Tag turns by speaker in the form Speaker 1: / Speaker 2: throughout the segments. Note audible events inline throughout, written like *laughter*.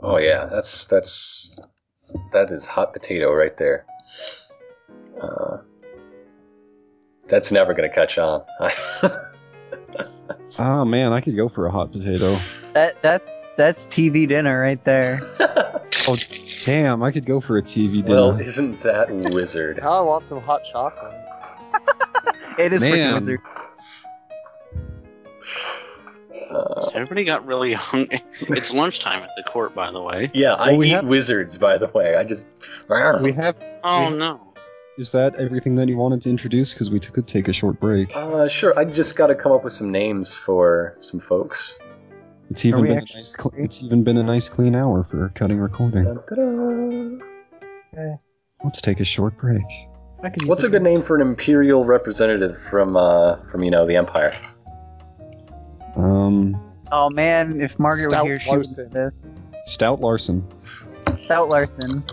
Speaker 1: Oh yeah, that's that's that is hot potato right there. Uh, that's never gonna catch on. *laughs*
Speaker 2: Oh man, I could go for a hot potato.
Speaker 3: That that's that's TV dinner right there.
Speaker 2: Damn, I could go for a TV dinner.
Speaker 1: well, isn't that wizard?
Speaker 4: Now I want some hot chocolate.
Speaker 3: *laughs* It is freaking
Speaker 2: Man.
Speaker 3: wizard.
Speaker 1: Uh,
Speaker 5: Everybody got really hungry. *laughs* It's lunchtime at the court, by the way.
Speaker 1: yeah, I
Speaker 2: Well, we
Speaker 1: eat
Speaker 2: have-
Speaker 1: wizards. By the way, I just
Speaker 2: we have.
Speaker 5: Oh
Speaker 2: Yeah.
Speaker 5: no.
Speaker 2: Is that everything that you wanted to introduce? Because we t- could take a short break.
Speaker 1: Uh, sure. I just got to come up with some names for some folks.
Speaker 2: It's even
Speaker 3: we
Speaker 2: been a
Speaker 3: actually-
Speaker 2: nice. Cl- it's even been a nice clean hour for cutting recording.
Speaker 1: Dun, dun, dun.
Speaker 2: Let's take a short break.
Speaker 3: I could use
Speaker 1: What's a good name for an imperial representative from uh, from you know the empire?
Speaker 2: Um,
Speaker 3: Oh man, if Margaret
Speaker 4: Stout
Speaker 3: were here, she would do
Speaker 4: Larson.
Speaker 3: this.
Speaker 2: Stout Larson.
Speaker 3: Stout Larson.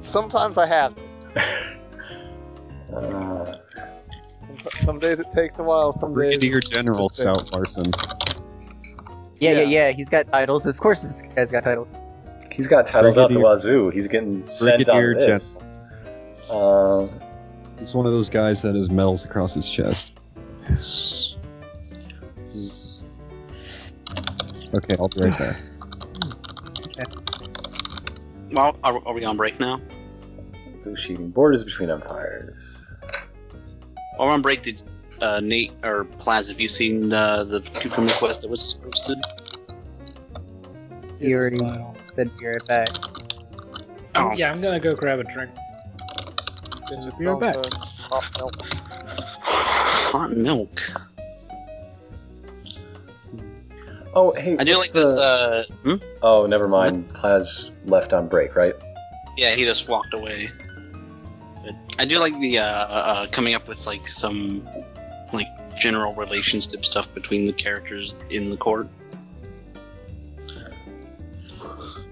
Speaker 4: Sometimes I have.
Speaker 1: Uh,
Speaker 4: Some, some days it takes a while. Some days.
Speaker 2: Brigadier General
Speaker 4: it's just-
Speaker 2: Stout Larson.
Speaker 3: Yeah, yeah,
Speaker 4: Yeah.
Speaker 3: yeah. He's got titles. Of course, this guy's got titles.
Speaker 1: he's got titles
Speaker 2: Brigadier-
Speaker 1: out the wazoo. He's getting sent
Speaker 2: Brigadier
Speaker 1: on this. Um,
Speaker 2: He's one of those guys that has medals across his chest. Okay, I'll be right back.
Speaker 3: *sighs*
Speaker 5: Well, are, are we on break now?
Speaker 1: negotiating borders between empires.
Speaker 5: While we're on break, did uh, Nate or Plaz, have you seen the the cucumber quest that was posted?
Speaker 3: He already said be right back.
Speaker 5: Oh,
Speaker 6: Yeah, I'm gonna go grab a drink.
Speaker 4: It's just
Speaker 6: Be right back.
Speaker 4: something. Hot milk.
Speaker 5: hot milk.
Speaker 1: Oh, hey,
Speaker 5: I do like
Speaker 1: what's
Speaker 5: this.
Speaker 1: the-
Speaker 5: Uh, hmm?
Speaker 1: Oh, never mind. Plaz left on break, right?
Speaker 5: Yeah, he just walked away. But I do like the uh, uh, coming up with like some like general relationship stuff between the characters in the court.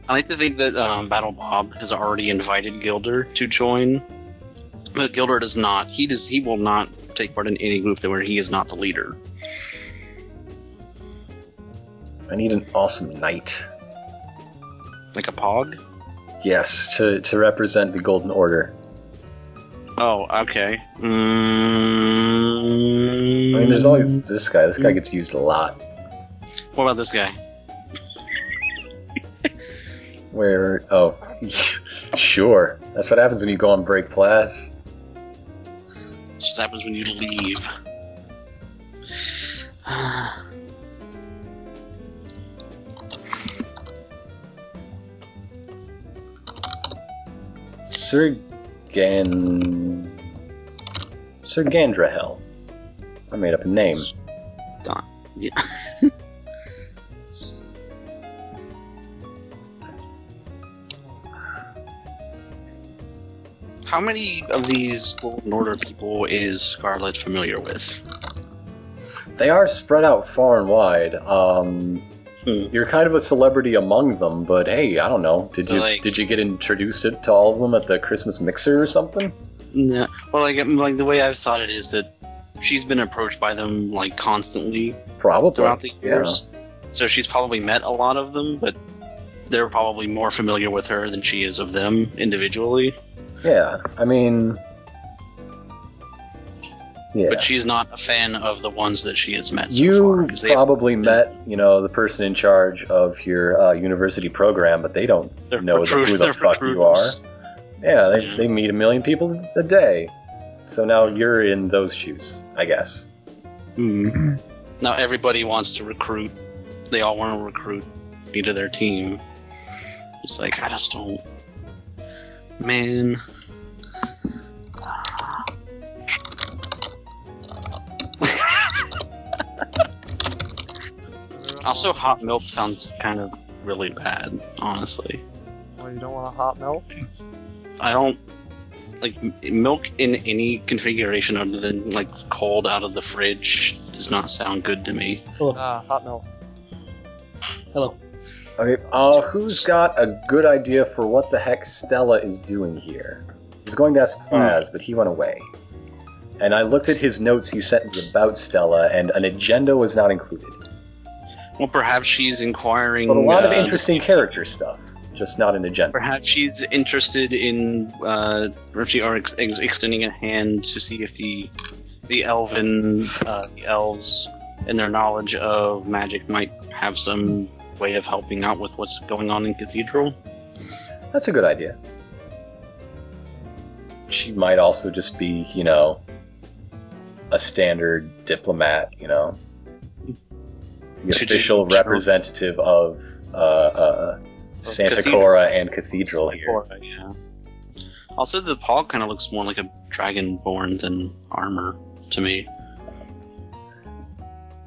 Speaker 5: I like to think that um, Battle Bob has already invited Gilder to join, but Gilder does not. He does. He will not take part in any group that where he is not the leader.
Speaker 1: I need an awesome knight.
Speaker 5: Like a pog.
Speaker 1: Yes, to, to represent the Golden Order.
Speaker 5: Oh, okay. mm
Speaker 1: I mean, there's
Speaker 2: Mm.
Speaker 1: always this guy. This guy gets used a lot.
Speaker 5: What about this guy?
Speaker 1: Where, oh, *laughs* sure. That's what happens when you go on break, Plaz.
Speaker 5: This happens when you leave. *sighs*
Speaker 1: Sir Gan. Sir Gandrahel. I made up a name.
Speaker 5: How many of these Golden Order people is Scarlet familiar with?
Speaker 1: They are spread out far and wide. Um,
Speaker 5: Hmm.
Speaker 1: You're kind of a celebrity among them, but hey, I don't know. Did
Speaker 5: So,
Speaker 1: you
Speaker 5: like-
Speaker 1: did you get introduced to all of them at the Christmas mixer or something?
Speaker 5: No. Well, like, I'm- like the way I've thought it is that she's been approached by them like constantly
Speaker 1: Probably.
Speaker 5: throughout the
Speaker 1: yeah.
Speaker 5: years, so she's probably met a lot of them, but they're probably more familiar with her than she is of them individually.
Speaker 1: Yeah, I mean, yeah.
Speaker 5: But she's not a fan of the ones that she has met so far
Speaker 1: you
Speaker 5: 'cause they
Speaker 1: probably met, you know, the person in charge of your uh, university program, but they don't.
Speaker 5: they're
Speaker 1: know who
Speaker 5: recruit-
Speaker 1: the
Speaker 5: they're
Speaker 1: fuck you
Speaker 5: recruiters.
Speaker 1: Yeah, they,
Speaker 5: Yeah.
Speaker 1: they meet a million people a day. So now
Speaker 5: Mm-hmm.
Speaker 1: you're in those shoes, I guess.
Speaker 5: Mm. now everybody wants to recruit. They all want to recruit me to their team. It's like I just don't, man.
Speaker 4: Mm.
Speaker 5: also, hot milk sounds kind of really bad. Honestly,
Speaker 4: Well, Oh, you don't want a hot milk.
Speaker 5: I don't like m- milk in any configuration other than like cold out of the fridge. Does not sound good to me.
Speaker 4: Ah, hot milk.
Speaker 6: Hello.
Speaker 1: Okay, uh, who's got a good idea for what the heck Stella is doing here? I was going to ask Plaz, but he went away. And I looked at his notes he sent me about Stella, and an agenda was not included.
Speaker 5: Well, perhaps she's inquiring.
Speaker 1: But a lot of
Speaker 5: uh,
Speaker 1: interesting character stuff, just not an agenda.
Speaker 5: Perhaps she's interested in, uh, or if she are ex- ex- extending a hand to see if the the elven, uh, the elves, and their knowledge of magic might have some way of helping out with what's going on in Cathedral.
Speaker 1: That's a good idea. She might also just be, you know, a standard diplomat, you know, the
Speaker 5: She
Speaker 1: official
Speaker 5: did- she-
Speaker 1: representative of uh, uh, Santa
Speaker 5: Cathedral.
Speaker 1: Cora and Cathedral here.
Speaker 5: Or, uh, yeah. Also, the paw kind of looks more like a dragonborn than armor to me.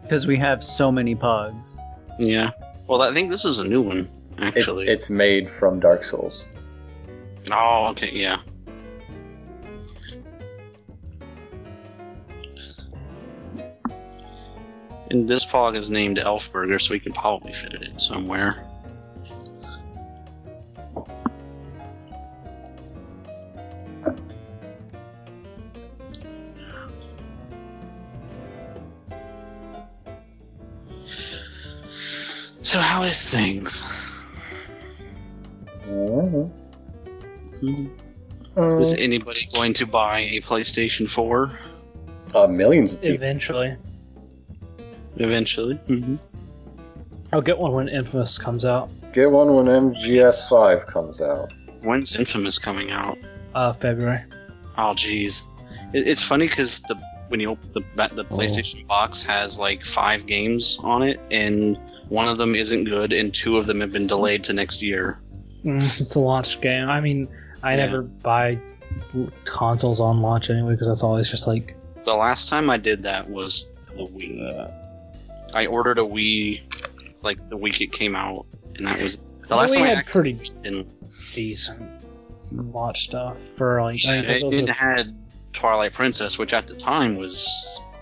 Speaker 3: Because we have so many pogs.
Speaker 5: Yeah. Well, I think this is a new one,
Speaker 1: It,
Speaker 5: actually.
Speaker 1: it's made from Dark Souls.
Speaker 5: Oh, okay, yeah. And this fog is named Elfburger, so we can probably fit it in somewhere. So, how is things?
Speaker 1: Mm-hmm.
Speaker 5: Hmm. Is anybody going to buy a PlayStation 4
Speaker 1: Uh, millions of people.
Speaker 6: Eventually.
Speaker 5: eventually? Mm-hmm.
Speaker 6: I'll get one when Infamous comes out.
Speaker 1: Get one when MGS5 comes out.
Speaker 5: When's Infamous coming out?
Speaker 6: Uh, February.
Speaker 5: Oh, jeez. It, it's funny because the when you open the ba- the PlayStation box has like five games on it, and one of them isn't good, and two of them have been delayed to next year.
Speaker 6: Mm, *laughs* it's a launch game. I mean, I
Speaker 5: Yeah.
Speaker 6: never buy l- consoles on launch anyway because that's always just like
Speaker 5: The last time I did that was the Wii. I ordered a Wii like the week it came out, and that was the last
Speaker 6: we
Speaker 5: time I
Speaker 6: had
Speaker 5: actually
Speaker 6: pretty
Speaker 5: didn't.
Speaker 6: decent launch stuff for like. I mean,
Speaker 5: it,
Speaker 6: 'cause those
Speaker 5: it had Twilight Princess, which at the time was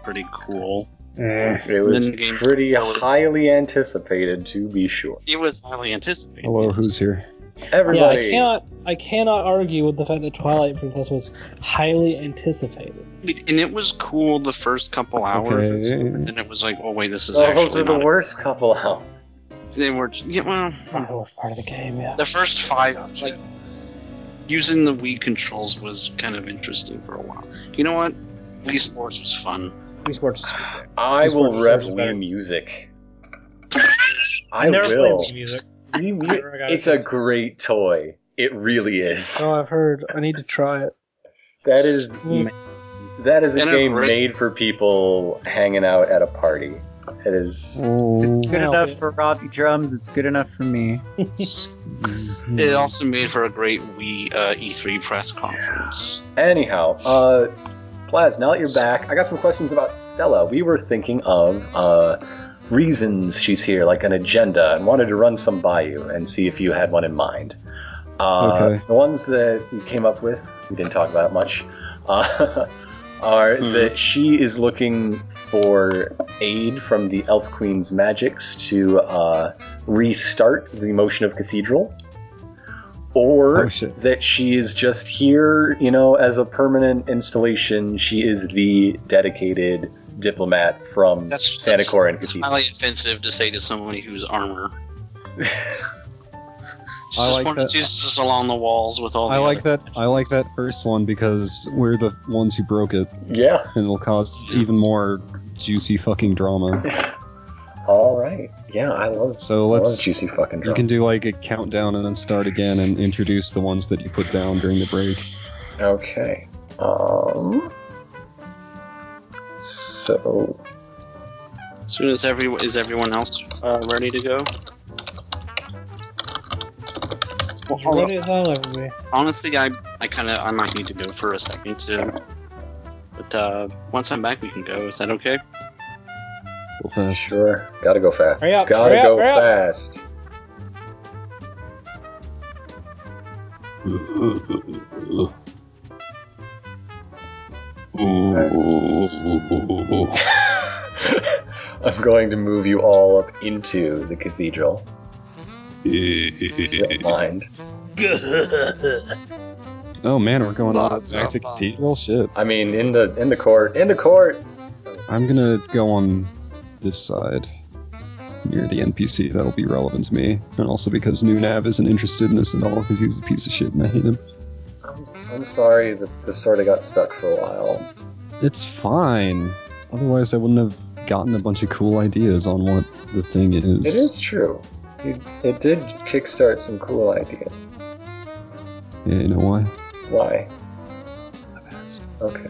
Speaker 5: pretty cool.
Speaker 6: are- Eh.
Speaker 1: It was
Speaker 5: Then game-
Speaker 1: pretty highly anticipated, to be sure.
Speaker 5: It was highly anticipated.
Speaker 2: Hello, who's here?
Speaker 6: Yeah, I
Speaker 1: Everybody.
Speaker 6: cannot. I cannot argue with the fact that Twilight Princess was highly anticipated.
Speaker 5: It- and it was cool the first couple hours,
Speaker 2: Okay.
Speaker 3: *laughs*
Speaker 5: and then it was like, oh wait, this is
Speaker 1: oh,
Speaker 5: actually
Speaker 1: those were the
Speaker 5: not.
Speaker 1: worst couple out.
Speaker 5: They were yeah, well,
Speaker 6: Part of the game, yeah.
Speaker 5: the first five like using the Wii controls was kind of interesting for a while. You know what? Wii Sports was fun.
Speaker 6: Wii Sports. is-
Speaker 1: I
Speaker 6: This
Speaker 1: will
Speaker 6: works-
Speaker 1: rev
Speaker 6: works better.
Speaker 1: Wii music. I
Speaker 6: never
Speaker 1: will.
Speaker 6: played Wii music.
Speaker 1: Wii- Wii-
Speaker 6: Never got
Speaker 1: it's a
Speaker 6: chance.
Speaker 1: great toy. It really is.
Speaker 6: Oh, I've heard. I need to try it.
Speaker 1: That is
Speaker 6: Mm.
Speaker 1: that is a
Speaker 5: And a
Speaker 1: game
Speaker 5: great-
Speaker 1: made for people hanging out at a party. It is.
Speaker 3: It's
Speaker 2: Oh.
Speaker 3: good
Speaker 6: Well,
Speaker 3: enough
Speaker 6: yeah.
Speaker 3: for Robbie Drums, it's good enough for me.
Speaker 2: Hmm.
Speaker 5: It
Speaker 2: Oh,
Speaker 5: also made for a great Wii uh, E3 press conference.
Speaker 1: Anyhow, uh, Plaz, now that you're back, I got some questions about Stella. We were thinking of uh, reasons she's here, like an agenda, and wanted to run some by you and see if you had one in mind. Uh,
Speaker 2: Okay.
Speaker 1: The ones that we came up with, we didn't talk about it much, uh, *laughs* are
Speaker 5: Hmm.
Speaker 1: that she is looking for aid from the Elf Queen's magics to uh, restart the motion of Cathedral. Or
Speaker 2: Oh, shit.
Speaker 1: that she is just here, you know, as a permanent installation. She is the dedicated diplomat from
Speaker 5: That's
Speaker 1: Santa Cora and
Speaker 5: It's
Speaker 1: Cathedral.
Speaker 5: highly offensive to say to someone who's armor.
Speaker 2: *laughs*
Speaker 5: She's
Speaker 2: I
Speaker 5: just
Speaker 2: like
Speaker 5: one of
Speaker 2: that.
Speaker 5: she's just along the walls with all.
Speaker 2: I
Speaker 5: the
Speaker 2: like
Speaker 5: other-
Speaker 2: that. I like that first one because we're the ones who broke it,
Speaker 1: Yeah.
Speaker 2: and it'll cause even more juicy fucking drama.
Speaker 1: All right. Yeah, I love
Speaker 2: So
Speaker 1: I love
Speaker 2: let's.
Speaker 1: juicy fucking
Speaker 2: You
Speaker 1: drama.
Speaker 2: can do like a countdown and then start again and introduce the ones that you put down during the break.
Speaker 1: Okay. Um. So
Speaker 5: As soon as every is everyone else uh, ready to go? Well,
Speaker 6: As
Speaker 5: hold on.
Speaker 6: ready as I'll ever be.
Speaker 5: honestly, I I kind of I might need to go for a second too. But uh, once I'm back, we can go. Is that okay?
Speaker 2: Go fast.
Speaker 1: sure, gotta go fast.
Speaker 6: Hurry up,
Speaker 1: gotta
Speaker 6: hurry
Speaker 1: go
Speaker 6: up, hurry up. *laughs*
Speaker 1: fast. I'm going to move you all up into the cathedral. If you don't mind.
Speaker 2: Oh man, we're going all
Speaker 4: Lots
Speaker 2: back
Speaker 4: of
Speaker 2: to
Speaker 4: bombs.
Speaker 2: cathedral shit.
Speaker 1: I mean, in the in the court, in the court.
Speaker 2: I'm gonna go on this side. you're the NPC, that'll be relevant to me. And also because New Nav isn't interested in this at all because he's a piece of shit and I hate him.
Speaker 1: I'm, s- I'm sorry that this sort of got stuck for a while.
Speaker 2: It's fine. Otherwise, I wouldn't have gotten a bunch of cool ideas on what the thing is.
Speaker 1: It is true. It, it did kickstart some cool ideas.
Speaker 2: Yeah, you know why?
Speaker 1: Why? Okay.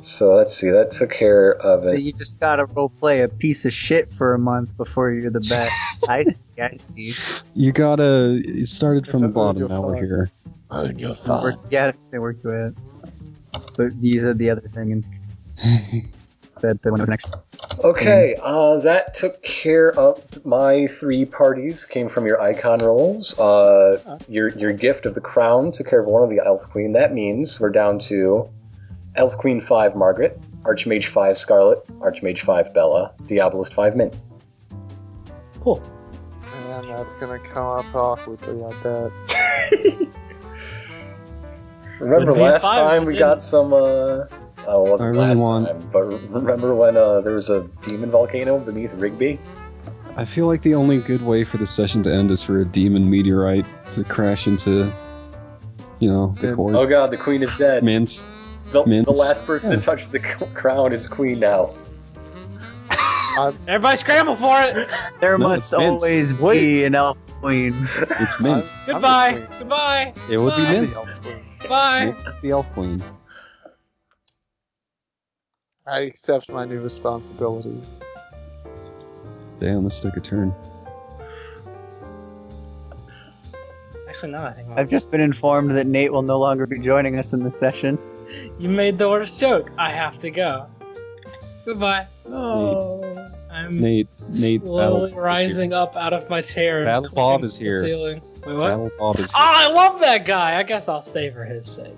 Speaker 1: So let's see. That took care of
Speaker 3: But
Speaker 1: it.
Speaker 3: you just gotta role play a piece of shit for a month before you're the best. *laughs* I, I see.
Speaker 2: You gotta. It started from the
Speaker 4: Gotta
Speaker 2: bottom.
Speaker 4: earn your
Speaker 2: Now we're
Speaker 4: fun.
Speaker 2: here.
Speaker 7: Earn your
Speaker 3: Work, yeah, they worked with it. But you said the other thing instead. that the one that was next.
Speaker 1: Okay, uh, that took care of my three parties. Came from your icon rolls. Uh, your your gift of the crown took care of one of the elf queen. That means we're down to elf queen five Margaret, archmage five Scarlet, archmage five Bella, diabolist five Mint.
Speaker 6: Cool.
Speaker 4: Man, that's gonna come up awkwardly, I bet.
Speaker 1: Remember
Speaker 6: Would've been
Speaker 1: last
Speaker 6: five,
Speaker 1: time we
Speaker 6: would've
Speaker 1: got some. Uh, oh, it wasn't
Speaker 2: I really
Speaker 1: last
Speaker 2: want-
Speaker 1: time, but remember when uh, there was a demon volcano beneath Rigby?
Speaker 2: I feel like the only good way for this session to end is for a demon meteorite to crash into, you know, the
Speaker 4: Then-
Speaker 2: core.
Speaker 1: Oh god, the queen is dead.
Speaker 2: Mint.
Speaker 1: the,
Speaker 2: Mint.
Speaker 1: the last person
Speaker 2: Yeah.
Speaker 1: to touch the c- crown is queen now. *laughs*
Speaker 6: Everybody scramble for it.
Speaker 3: There
Speaker 2: No,
Speaker 3: must
Speaker 2: it's mint.
Speaker 3: always be an elf queen.
Speaker 2: It's mint.
Speaker 4: I'm-
Speaker 6: Goodbye.
Speaker 4: I'm the queen.
Speaker 6: Goodbye.
Speaker 2: It would be
Speaker 6: Bye.
Speaker 4: I'm
Speaker 2: mint.
Speaker 4: the elf queen.
Speaker 6: Bye.
Speaker 2: It's the elf queen.
Speaker 4: I accept my new responsibilities.
Speaker 2: Damn, this took a turn.
Speaker 6: Actually, no. I think
Speaker 3: I've just been informed that Nate will no longer be joining us in this session.
Speaker 6: you made the worst joke. I have to go. Goodbye.
Speaker 2: Oh.
Speaker 6: I'm
Speaker 2: Nate. Nate.
Speaker 6: slowly
Speaker 2: Battle-
Speaker 6: rising up out of my chair. and
Speaker 2: Battle
Speaker 6: climbing
Speaker 2: Bob is
Speaker 6: the
Speaker 2: here.
Speaker 6: Ceiling. Wait, what?
Speaker 2: Battle Bob is.
Speaker 6: Oh, I love that guy. I guess I'll stay for his sake.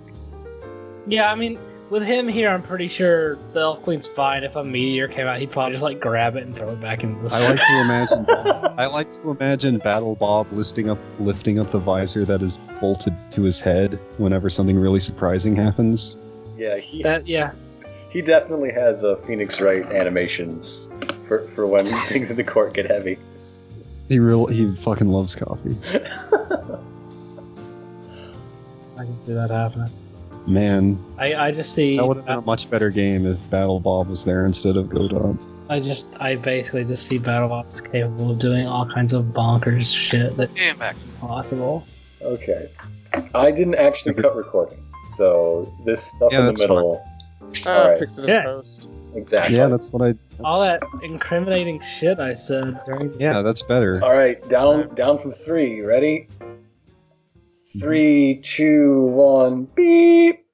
Speaker 6: Yeah, I mean, with him here, I'm pretty sure the Elf Queen's fine. If a meteor came out, he'd probably just like grab it and throw it back into the
Speaker 2: I
Speaker 6: sky.
Speaker 2: like to imagine. I like to imagine Battle Bob lifting up lifting up the visor that is bolted to his head whenever something really surprising happens.
Speaker 1: Yeah, he,
Speaker 6: *laughs* that. Yeah,
Speaker 1: he definitely has uh, Phoenix Wright animations for, for when *laughs* things in the court get heavy.
Speaker 2: He real he fucking loves coffee.
Speaker 6: I can see that happening.
Speaker 2: Man,
Speaker 6: I, I just see.
Speaker 2: that would have been a
Speaker 6: I,
Speaker 2: much better game if Battle Bob was there instead of Godot.
Speaker 6: just I basically just see BattleBots capable of doing all kinds of bonkers shit that's
Speaker 5: Damn back.
Speaker 6: possible.
Speaker 1: Okay. I didn't actually cut recording, so this stuff
Speaker 2: Yeah,
Speaker 1: in the
Speaker 2: that's
Speaker 1: middle.
Speaker 4: Ah,
Speaker 1: Alright.
Speaker 4: fix it in
Speaker 6: Yeah.
Speaker 4: post.
Speaker 1: Exactly.
Speaker 2: Yeah, that's what I. That's,
Speaker 6: All that incriminating shit I said during.
Speaker 2: Yeah, that's better.
Speaker 1: All right, down down from three. Ready? Three, two, one. Beep.